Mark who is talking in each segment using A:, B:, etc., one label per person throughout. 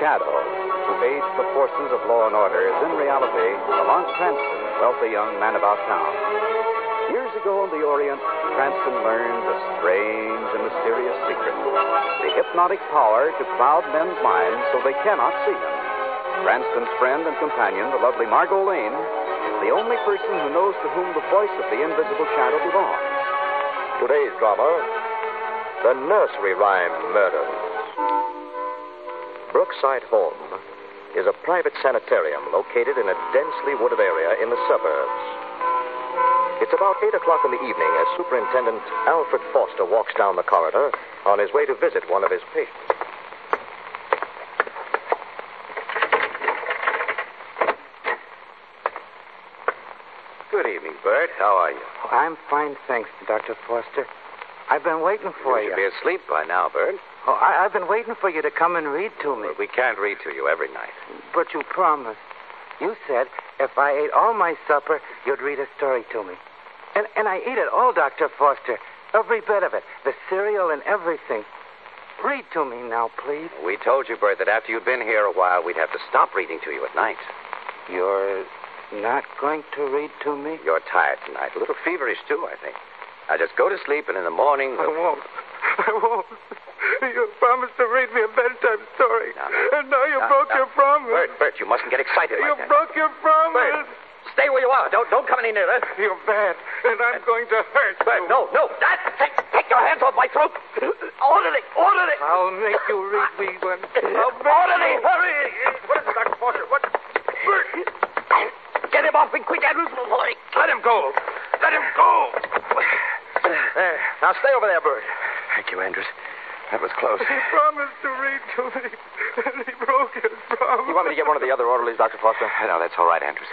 A: shadow who aids the forces of law and order is in reality Lamont Cranston, a wealthy young man about town. Years ago in the Orient, Cranston learned a strange and mysterious secret the hypnotic power to cloud men's minds so they cannot see him. Cranston's friend and companion, the lovely Margot Lane, is the only person who knows to whom the voice of the invisible shadow belongs. Today's drama The Nursery Rhyme Murders. Brookside Home is a private sanitarium located in a densely wooded area in the suburbs. It's about 8 o'clock in the evening as Superintendent Alfred Foster walks down the corridor on his way to visit one of his patients. Good evening, Bert. How are you?
B: Oh, I'm fine, thanks, Dr. Foster. I've been waiting for you.
A: should be asleep by now, Bert.
B: Oh, I, have been waiting for you to come and read to me.
A: But we can't read to you every night.
B: But you promised. You said if I ate all my supper, you'd read a story to me. And, and I ate it all, Dr. Foster. Every bit of it. The cereal and everything. Read to me now, please.
A: We told you, Bert, that after you'd been here a while, we'd have to stop reading to you at night.
B: You're not going to read to me?
A: You're tired tonight. A little feverish, too, I think. Now just go to sleep, and in the morning.
B: I won't. I won't. You promised to read me a bedtime story.
A: No, no.
B: and now you
A: No,
B: broke
A: no.
B: your promise.
A: Bert, Bert, you mustn't get excited.
B: you
A: like that.
B: broke your
C: Oh,
A: Bert,
B: promise.
A: stay where you are. Don't don't come any nearer.
B: You're bad, and I'm going to hurt
A: Bert,
B: you.
A: no, no. That, take, take your hands off my throat. Orderly, orderly.
B: I'll make you read me one. I'll make
A: Orderly,
B: you.
A: hurry. What is it, Dr. Foster? What? Bert, get him off me quick, Andrews, before he... Let him go. Let him go. There. Uh, Now stay over there, Bert. Thank you, Andrews. That was close.
B: He promised to read to me, and he broke his promise.
A: You want me to get one of the other orderlies, Dr. Foster? No, that's all right, Andrews.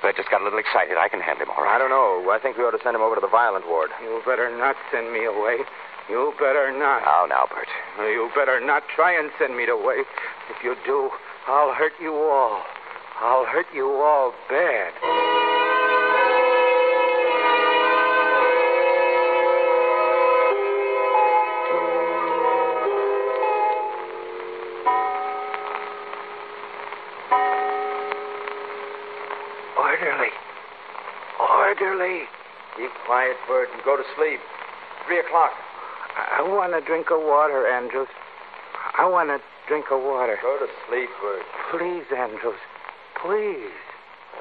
A: Bert just got a little excited. I can handle him, all right? I don't know. I think we ought to send him over to the violent ward.
B: You better not send me away. You better not.
A: Now, now, Bert.
B: You better not try and send me away. If you do, I'll hurt you all. I'll hurt you all bad. Orderly. Orderly.
A: Keep quiet, Bert, and go to sleep. Three o'clock.
B: I want a drink of water, Andrews. I want a drink of water.
A: Go to sleep, Bert.
B: Please, Andrews. Please.
D: Uh,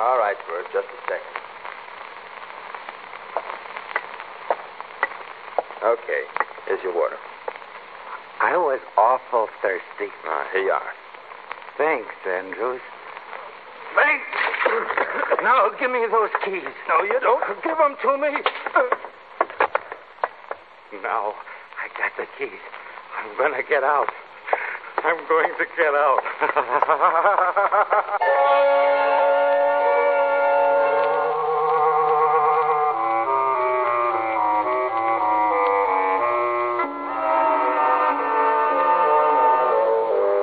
D: All right, Bert, just a second. Okay, here's your water.
B: I was awful thirsty.
D: Ah, here you are.
B: Thanks, Andrews. Thanks. now give me those keys. No, you don't. Give them to me. No, I got the keys. I'm going to get out. I'm going to get out.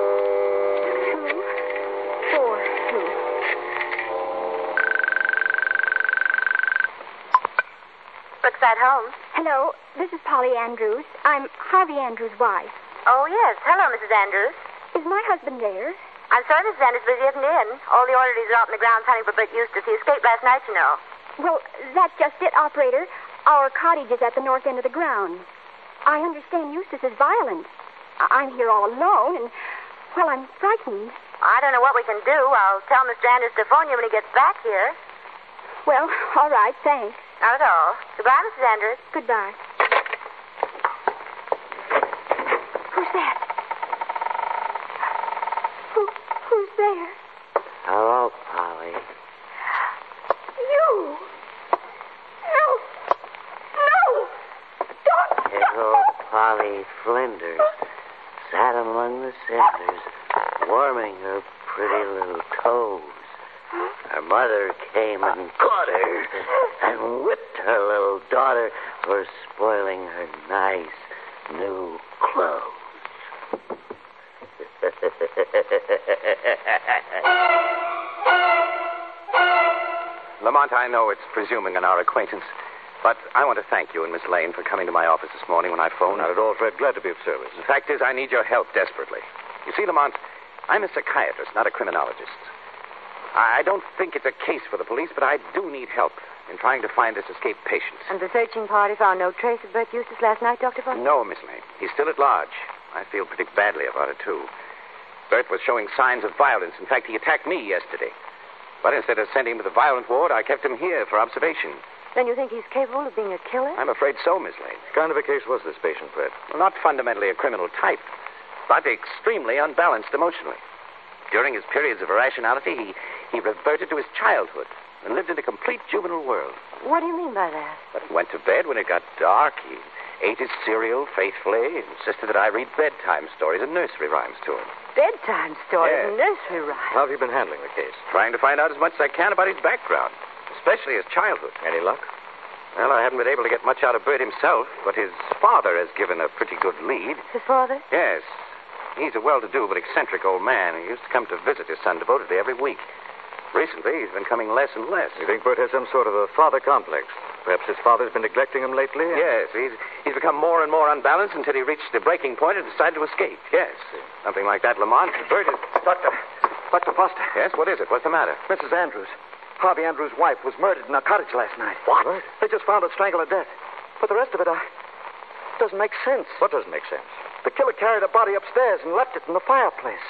E: Two, four, two.
C: Looks at home.
E: Hello, this is Polly Andrews. I'm Harvey Andrews' wife.
C: Oh, yes. Hello, Mrs. Andrews.
E: Is my husband there?
C: I'm sorry, Mrs. Andrews, but he isn't in. All the orderlies are out in the grounds hunting for Bert Eustace. He escaped last night, you know.
E: Well, that's just it, operator. Our cottage is at the north end of the grounds. I understand Eustace is violent. I- I'm here all alone, and, well, I'm frightened.
C: I don't know what we can do. I'll tell Mr. Andrews to phone you when he gets back here.
E: Well, all right, thanks.
C: Not at all. Goodbye, Mrs. Andrews.
E: Goodbye. Who's that? Who, who's there?
B: Hello, Polly.
E: You! No! No! Don't!
B: Little Polly Flinders sat among the cinders, warming her pretty little toes. Her mother came and caught her and whipped her little daughter for spoiling her nice new clothes.
D: Lamont, I know it's presuming on our acquaintance, but I want to thank you and Miss Lane for coming to my office this morning when I phoned.
A: Not at all, Fred. Glad to be of service.
D: The fact is, I need your help desperately. You see, Lamont, I'm a psychiatrist, not a criminologist. I I don't think it's a case for the police, but I do need help in trying to find this escaped patient.
C: And the searching party found no trace of Bert Eustace last night, Dr. Foster?
D: No, Miss Lane. He's still at large. I feel pretty badly about it, too. Bert was showing signs of violence. In fact, he attacked me yesterday. But instead of sending him to the violent ward, I kept him here for observation.
C: Then you think he's capable of being a killer?
D: I'm afraid so, Miss Lane.
A: What kind of a case was this patient, Fred?
D: Well, not fundamentally a criminal type, but extremely unbalanced emotionally. During his periods of irrationality, he, he reverted to his childhood and lived in a complete juvenile world.
C: What do you mean by that?
D: But he went to bed when it got dark. He ate his cereal faithfully, insisted that I read bedtime stories and nursery rhymes to him.
C: Bedtime
D: Yes.
C: stories, nursery rhymes.
A: How have you been handling the case?
D: Trying to find out as much as I can about his background, especially his childhood.
A: Any luck?
D: Well, I haven't been able to get much out of Bert himself, but his father has given a pretty good lead.
C: His father?
D: Yes. He's a well to do but eccentric old man. He used to come to visit his son devotedly every week. Recently, he's been coming less and less.
A: You think Bert has some sort of a father complex? Perhaps his father's been neglecting him lately?
D: Yes, he's, he's become more and more unbalanced until he reached the breaking point and decided to escape. Yes. Something like that, Lamont. Bert is.
A: Doctor, Dr. Foster.
D: Yes, what is it? What's the matter?
A: Mrs. Andrews. Harvey Andrews' wife was murdered in our cottage last night. What? They just found her strangled to death. But the rest of it uh, doesn't make sense. What doesn't make sense? The killer carried her body upstairs and left it in the fireplace.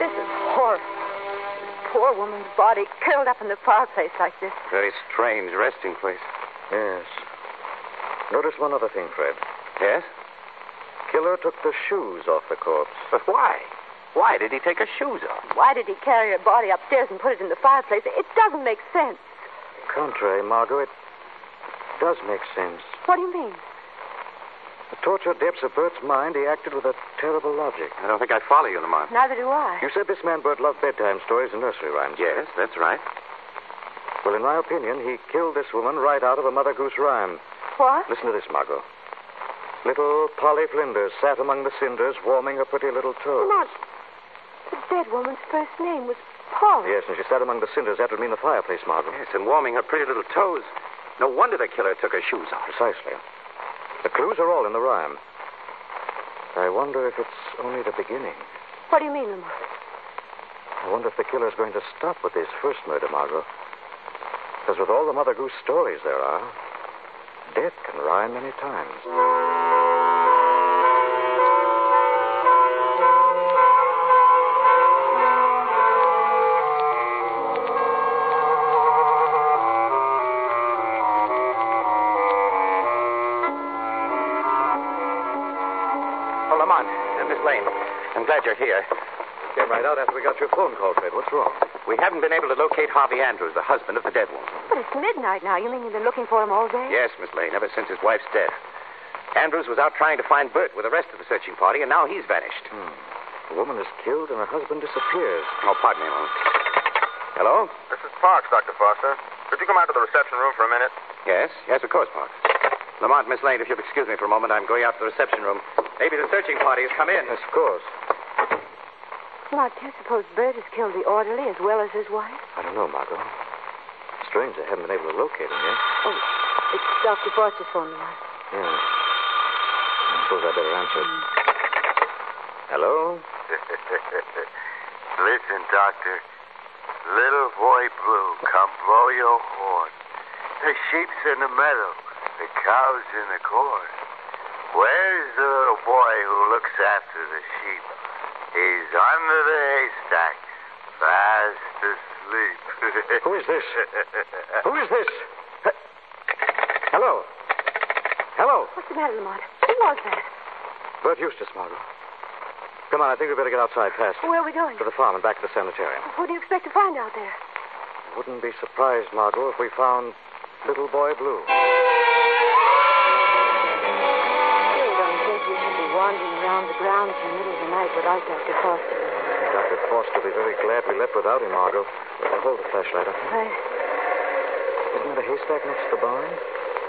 C: This is horrible. Poor woman's body curled up in the fireplace like this.
D: Very strange resting place.
A: Yes. Notice one other thing, Fred.
D: Yes?
A: Killer took the shoes off the corpse.
D: But why? Why did he take her shoes off?
C: Why did he carry her body upstairs and put it in the fireplace? It doesn't make sense.
A: Contrary, Margot, it does make sense.
C: What do you mean?
A: The tortured depths of Bert's mind, he acted with a terrible logic.
D: I don't think I follow you, Lamont.
C: Neither do I.
A: You said this man Bert loved bedtime stories and nursery rhymes.
D: Yes, that's right.
A: Well, in my opinion, he killed this woman right out of a Mother Goose rhyme.
C: What?
A: Listen to this, Margot. Little Polly Flinders sat among the cinders, warming her pretty little toes.
C: Lamont, the dead woman's first name was Paul.
A: Yes, and she sat among the cinders. That would mean the fireplace, Margot.
D: Yes, and warming her pretty little toes. No wonder the killer took her shoes off.
A: Precisely. The clues are all in the rhyme. I wonder if it's only the beginning.
C: What do you mean, Lamont?
A: I wonder if the killer's going to stop with his first murder, Margot. Because with all the Mother Goose stories there are,
B: Death can rhyme many times.
D: Oh, Lamont, uh, Miss Lane, I'm glad you're here.
B: Came right out after we got your phone call, Fred. What's wrong?
D: We haven't been able to locate Harvey Andrews, the husband of the dead woman.
E: But it's midnight now. You mean you've been looking for him all day?
D: Yes, Miss Lane, ever since his wife's death. Andrews was out trying to find Bert with the rest of the searching party, and now he's vanished.
B: A woman is killed and her husband Hmm, disappears.
D: Oh, pardon me, Lamont. Hello?
A: This is Parks, Dr. Foster. Could you come out to the reception room for a minute?
D: Yes, yes, of course, Parks. Lamont, Miss Lane, if you'll excuse me for a moment, I'm going out to the reception room. Maybe the searching party has come in.
B: Yes, of course.
E: Mark, do you suppose Bert has killed the orderly as well as his wife?
B: I don't know, Margot. Strange they haven't been able to locate him yet.
E: Oh, it's Dr. Foster's phone, Mark.
B: Yeah. I suppose Hmm. I better answer it. Hello?
A: Listen, Doctor. Little boy blue, come blow your horn. The sheep's in the meadow, the cow's in the corn. Where's the little boy who looks after the sheep? He's under the haystack, fast asleep.
B: Who is this? Uh, Who is this? He- Hello? Hello?
E: What's the matter, Lamont? Who was that?
B: Bert Eustace, Margot. Come on, I think we better get outside fast.
E: Where are we going?
B: To the farm and back to the sanitarium.
E: What do you expect to find out there?
B: Wouldn't be surprised, Margot, if we found Little Boy Blue.
E: I really don't think you should be wandering around the grounds in the middle of the night without Dr. Foster.
B: Dr. Foster will be very glad we left without him, Margot. Uh, Hold the flashlight up.
E: I...
B: Isn't that a haystack next to the barn?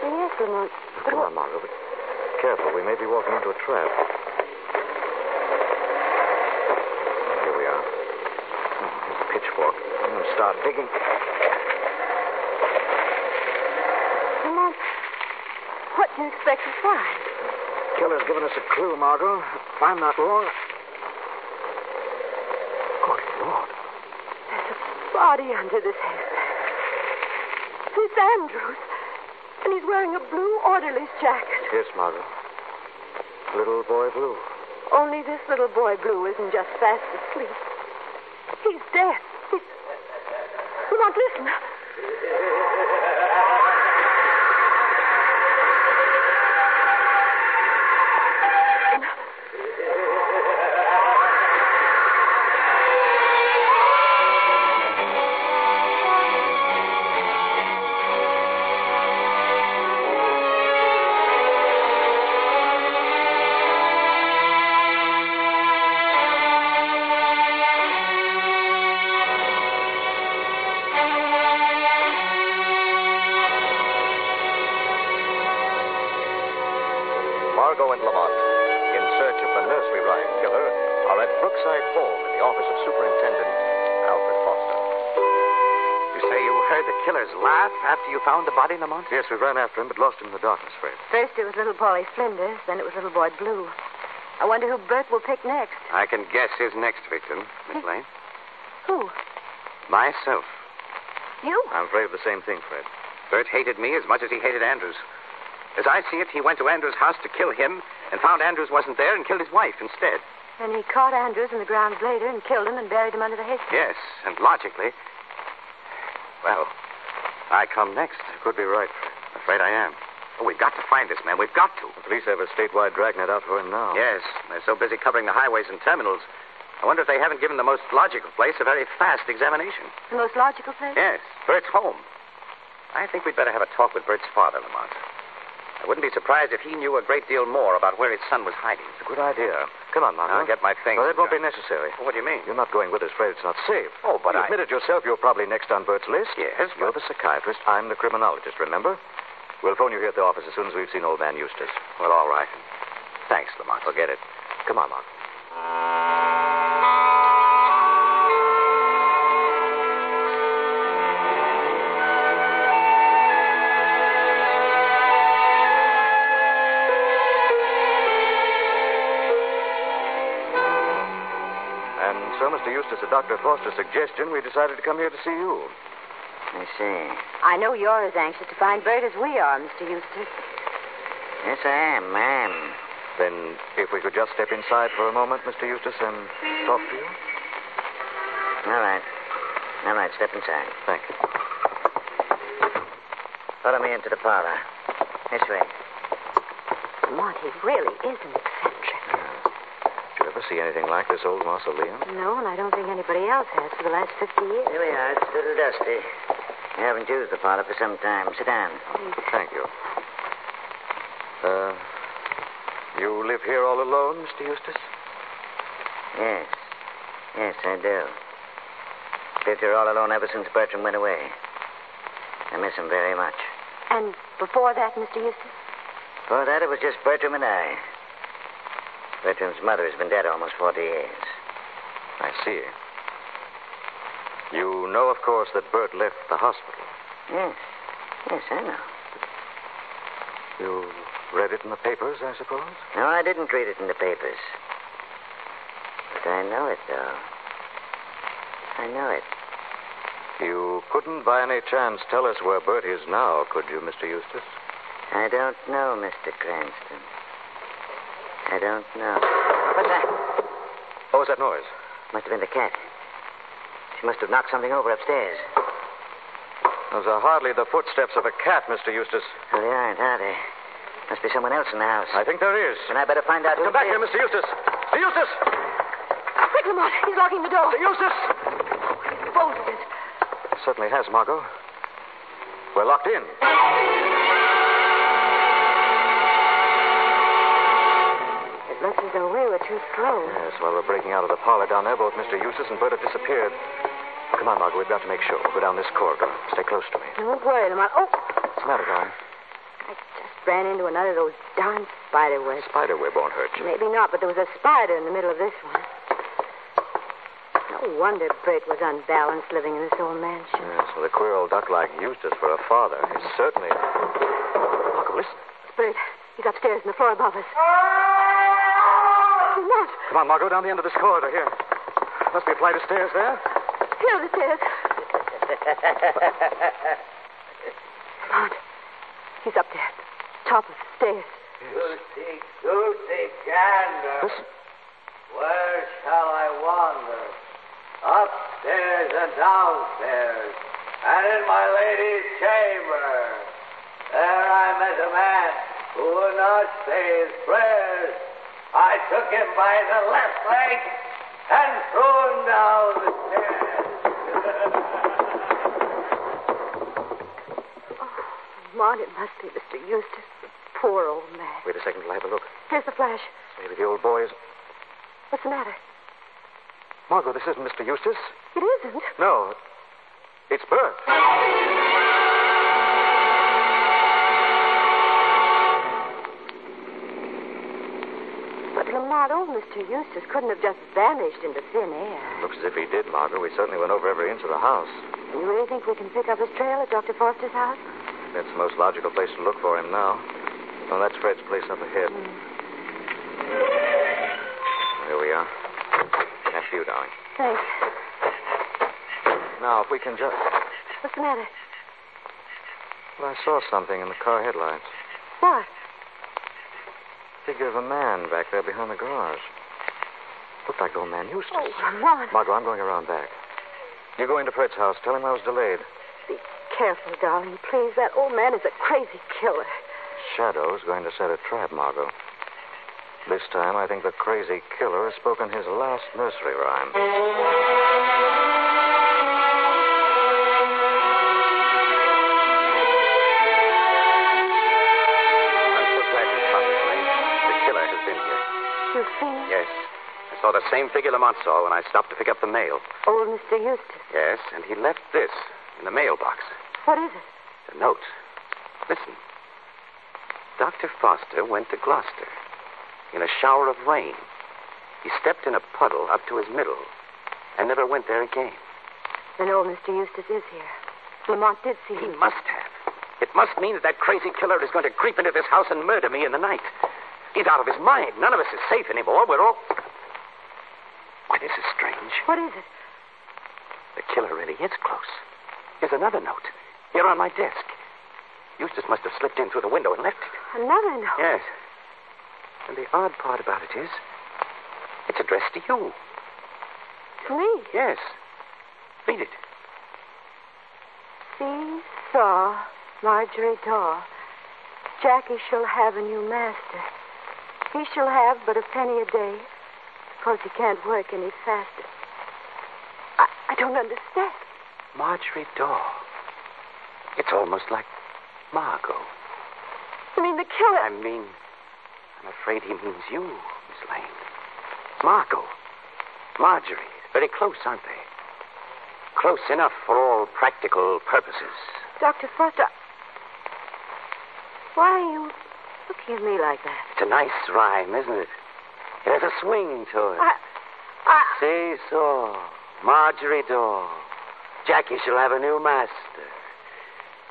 E: Yes, Lamont.
B: Come on, Margot. But careful. We may be walking into a trap. Here we are. Oh, there's a pitchfork. I'm going to start digging.
E: Lamont, what do you expect to find?
B: Killer's given us a clue, Margot. If I'm not wrong. Good Lord.
E: There's a body under this haystack. It's Andrews. And he's wearing a blue orderly's jacket.
B: Yes, Margot. Little boy blue.
E: Only this little boy Blue isn't just fast asleep. He's dead. He's... Lamont, listen.
B: Margot and Lamont, in search of the nursery rhyme killer, are at Brookside Home in the office of Superintendent Alfred Foster.
D: You say you heard the killer's laugh after you found the body, Lamont?
B: Yes, we ran after him, but lost him in the darkness, Fred.
E: First it was little Polly Flinders, then it was little boy Blue. I wonder who Bert will pick next.
D: I can guess his next victim, Miss Lane.
E: Who?
D: Myself.
E: You?
B: I'm afraid of the same thing, Fred.
D: Bert hated me as much as he hated Andrews. As I see it, he went to Andrews' house to kill him and found Andrews wasn't there and killed his wife instead.
E: And he caught Andrews in the grounds later and killed him and buried him under the haystack.
D: Yes, and logically. Well, I come next.
B: You could be right, Fred.
D: Afraid I am. Oh, we've got to find this man. We've got to.
B: The police have a statewide dragnet out for him now.
D: Yes, they're so busy covering the highways and terminals. I wonder if they haven't given the most logical place a very fast examination.
E: The most logical place?
D: Yes, Bert's home. I think we'd better have a talk with Bert's father, Lamont. I wouldn't be surprised if he knew a great deal more about where his son was hiding.
B: Good idea. Come on, Margot.
D: I'll get my things.
B: No, that won't be necessary.
D: What do you mean?
B: You're not going with us, Fred. It's not safe.
D: Oh, but
B: you
D: I-
B: admitted yourself you're probably next on Bert's list.
D: Yes,
B: You're
D: but-
B: the psychiatrist. I'm the criminologist, remember? We'll phone you here at the office as soon as we've seen old man Eustace.
D: Well, all right. Thanks, Lamont.
B: Forget it. Come on, Mark. And so, Mr. Eustace, at Dr. Foster's suggestion, we decided to come here to see you.
A: I see.
E: I know you're as anxious to find Bert as we are, Mr. Eustace.
B: Yes, I am, ma'am.
D: Then, if we could just step inside for a moment, Mr. Eustace, and talk to you.
B: All right. All right, step inside.
D: Thank you.
B: Follow me into the parlor. This way.
E: Monty really is an eccentric.
D: Did you ever see anything like this old mausoleum?
E: No, and I don't think anybody else has for the last 50 years.
B: Here we are. It's a little dusty. I haven't used the parlor for some time. Sit down.
D: Thank you. Uh, you live here all alone, Mr. Eustace?
B: Yes. Yes, I do. Lived here all alone ever since Bertram went away. I miss him very much.
E: And before that, Mr. Eustace?
B: Before that, it was just Bertram and I. Bertram's mother has been dead almost 40 years.
D: I see. You know, of course, that Bert left the hospital.
B: Yes. Yes, I know.
D: You read it in the papers, I suppose?
B: No, I didn't read it in the papers. But I know it, though. I know it.
D: You couldn't by any chance tell us where Bert is now, could you, Mr. Eustace?
B: I don't know, Mr. Cranston. I don't know. What's that?
D: What was that noise?
B: Must have been the cat. She must have knocked something over upstairs.
D: Those are hardly the footsteps of a cat, Mr. Eustace.
B: Well, they aren't, are they? Must be someone else in the house.
D: I think there is.
B: Then I better find out who
D: Come back
B: it
D: here,
B: is.
D: Mr. Eustace. Mr. Eustace!
E: Quick, Lamont. He's locking the door.
D: Mr. Eustace!
E: Both of us.
D: Certainly has, Margot. We're locked in.
E: It looks as though we were too slow.
D: Yes, while we're breaking out of the parlor down there, both Mr. Eustace and Bert have disappeared. Come on, Margot. We've got to make sure. Go down this corridor. Stay close to me.
E: Don't worry, Lamont. Oh,
D: What's the matter, darling?
E: I just ran into another of those darn spider webs.
D: Spider web won't hurt you.
E: Maybe not, but there was a spider in the middle of this one. No wonder Bert was unbalanced living in this old mansion.
D: Yes, with a queer old duck like Eustace for a father, he's certainly. Margot, listen.
E: Bert, he's upstairs in the floor above us. Lamont,
D: Come on, Margot, down the end of this corridor here. Must be a flight of stairs there.
E: here are the stairs. Lamont, he's up there, top of the stairs.
F: Tutti, tutti, gander. Where shall I wander? Upstairs and downstairs, and in my lady's chamber. There I met a man who would not say his prayers. I took him by the left leg and threw him down the stairs.
E: Lamont, it must be Mr. Eustace, the poor old man.
D: Wait a second till I have a look.
E: Here's the flash.
D: Maybe the old boy is.
E: What's the matter?
D: Margot, this isn't Mr. Eustace.
E: It isn't.
D: No. It's Bert.
E: But Lamont, old Mr. Eustace couldn't have just vanished into thin air.
D: Looks as if he did, Margot. We certainly went over every inch of the house.
E: You really think we can pick up his trail at Dr. Foster's house?
D: That's the most logical place to look for him now. Oh, that's Fred's place up ahead. Here we are. That's you, darling.
E: Thanks.
D: Now, if we can just.
E: What's the matter?
D: Well, I saw something in the car headlights.
E: What?
D: Figure of a man back there behind the garage. Looked like old man Eustace.
E: Oh, Lamont.
D: Margot, I'm going around back. You go into Fred's house. Tell him I was delayed.
E: Be careful, darling, please. That old man is a crazy killer.
D: Shadow's going to set a trap, Margot. This time, I think the crazy killer has spoken his last nursery rhyme.
G: I'm so glad you found it, Elaine. The killer has been here.
E: You've seen
G: Yes. I saw the same figure Lamont saw when I stopped to pick up the mail.
E: old Mr. Eustace.
G: Yes, and he left this in the mailbox.
E: What is it?
G: A note. Listen. Dr. Foster went to Gloucester in a shower of rain. He stepped in a puddle up to his middle and never went there again.
E: Then old Mr. Eustace is here. Lamont did see
G: He
E: him.
G: must have. It must mean that that crazy killer is going to creep into this house and murder me in the night. He's out of his mind. None of us is safe anymore. We're all. Why, this is strange.
E: What is it?
G: The killer really is close. Here's another note. Here on my desk.
D: Eustace must have slipped in through the window and left it.
E: Another note?
D: Yes. And the odd part about it is, it's addressed to you.
E: To me?
D: Yes. Read it.
E: See, saw, Marjorie Daw. Jackie shall have a new master. He shall have but a penny a day. Because he can't work any faster. I, I don't understand.
D: Marjorie Daw. It's almost like Margot.
E: You mean the killer?
D: I mean, I'm afraid he means you, Miss Lane. Margot. Marjorie. Very close, aren't they? Close enough for all practical purposes.
E: Dr. Foster, why are you looking at me like that?
D: It's a nice rhyme, isn't it? It has a swing to it.
E: I. I.
D: Say so. Marjorie Daw. Jackie shall have a new master.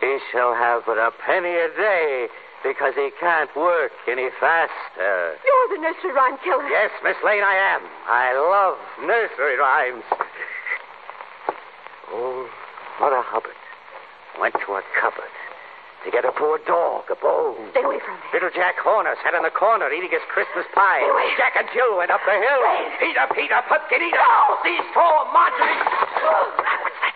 D: He shall have but a penny a day because he can't work any faster.
E: You're the nursery rhyme killer.
D: Yes, Miss Lane, I am. I love nursery rhymes. Old Mother Hubbard went to a cupboard to get a poor dog a bone.
E: Stay away from me.
D: Little Jack Horner sat in the corner eating his Christmas pie.
E: Stay away.
D: Jack and Jill went up the hill.
E: Wait.
D: Eat up, eat up, Pupkin, eat up. These four Marjorie. What's that?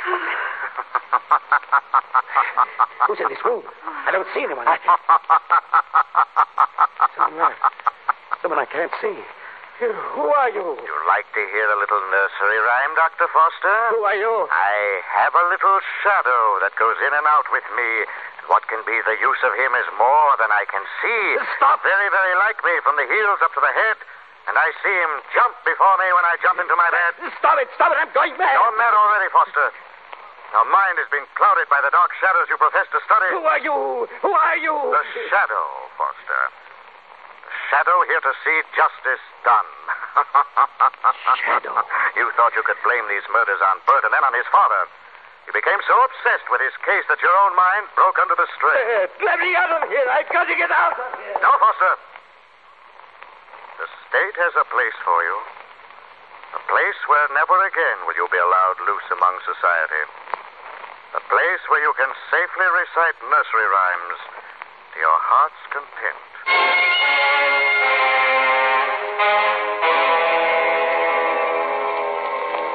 D: Who's in this room? I don't see anyone. Someone left. Someone I can't see. Who are you?
A: You like to hear a little nursery rhyme, Dr. Foster?
D: Who are you?
A: I have a little shadow that goes in and out with me. What can be the use of him is more than I can see.
D: Stop.
A: Very, very like me from the heels up to the head. And I see him jump before me when I jump into my bed.
D: Stop it, stop it. I'm going mad.
A: You're mad already, Foster. Your mind has been clouded by the dark shadows you profess to study.
D: Who are you? Who are you?
A: The shadow, Foster. The shadow here to see justice done.
D: Shadow.
A: You thought you could blame these murders on Bert and then on his father. You became so obsessed with his case that your own mind broke under the strain.
D: Uh, Let me out of here. I've got to get out of here.
A: No, Foster. The state has a place for you. A place where never again will you be allowed loose among society. A place where you can safely recite nursery rhymes to your heart's content.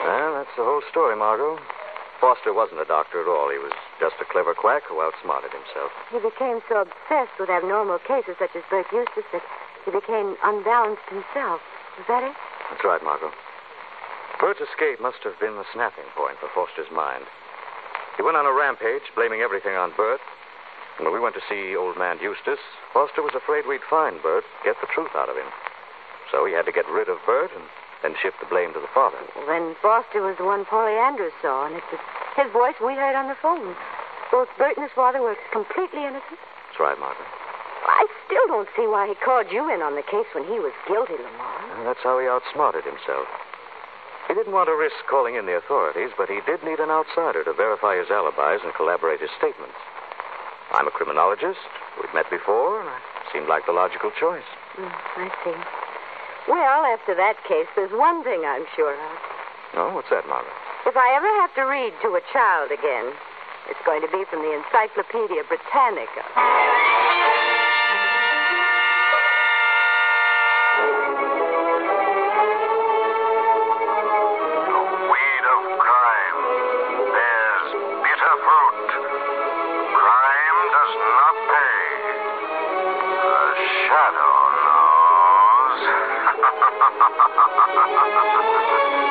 H: Well, that's the whole story, Margot. Foster wasn't a doctor at all. He was just a clever quack who outsmarted himself.
E: He became so obsessed with abnormal cases such as Burke Eustace that he became unbalanced himself. Is that it?
H: That's right, Margot. Bert's escape must have been the snapping point for Foster's mind. He went on a rampage, blaming everything on Bert. And when we went to see old man Eustace, Foster was afraid we'd find Bert, get the truth out of him. So he had to get rid of Bert and then shift the blame to the father.
E: Well, then Foster was the one Polly Andrews saw, and it was his voice we heard on the phone. Both Bert and his father were completely innocent.
H: That's right, Margot.
E: I still don't see why he called you in on the case when he was guilty, Lamar.
H: And that's how he outsmarted himself. He didn't want to risk calling in the authorities, but he did need an outsider to verify his alibis and collaborate his statements. I'm a criminologist. We've met before, and I seemed like the logical choice.
E: Mm, I see. Well, after that case, there's one thing I'm sure of.
H: Oh, what's that, Margaret?
E: If I ever have to read to a child again, it's going to be from the Encyclopedia Britannica.
A: The weed of crime bears bitter fruit. Crime does not pay. The shadow knows.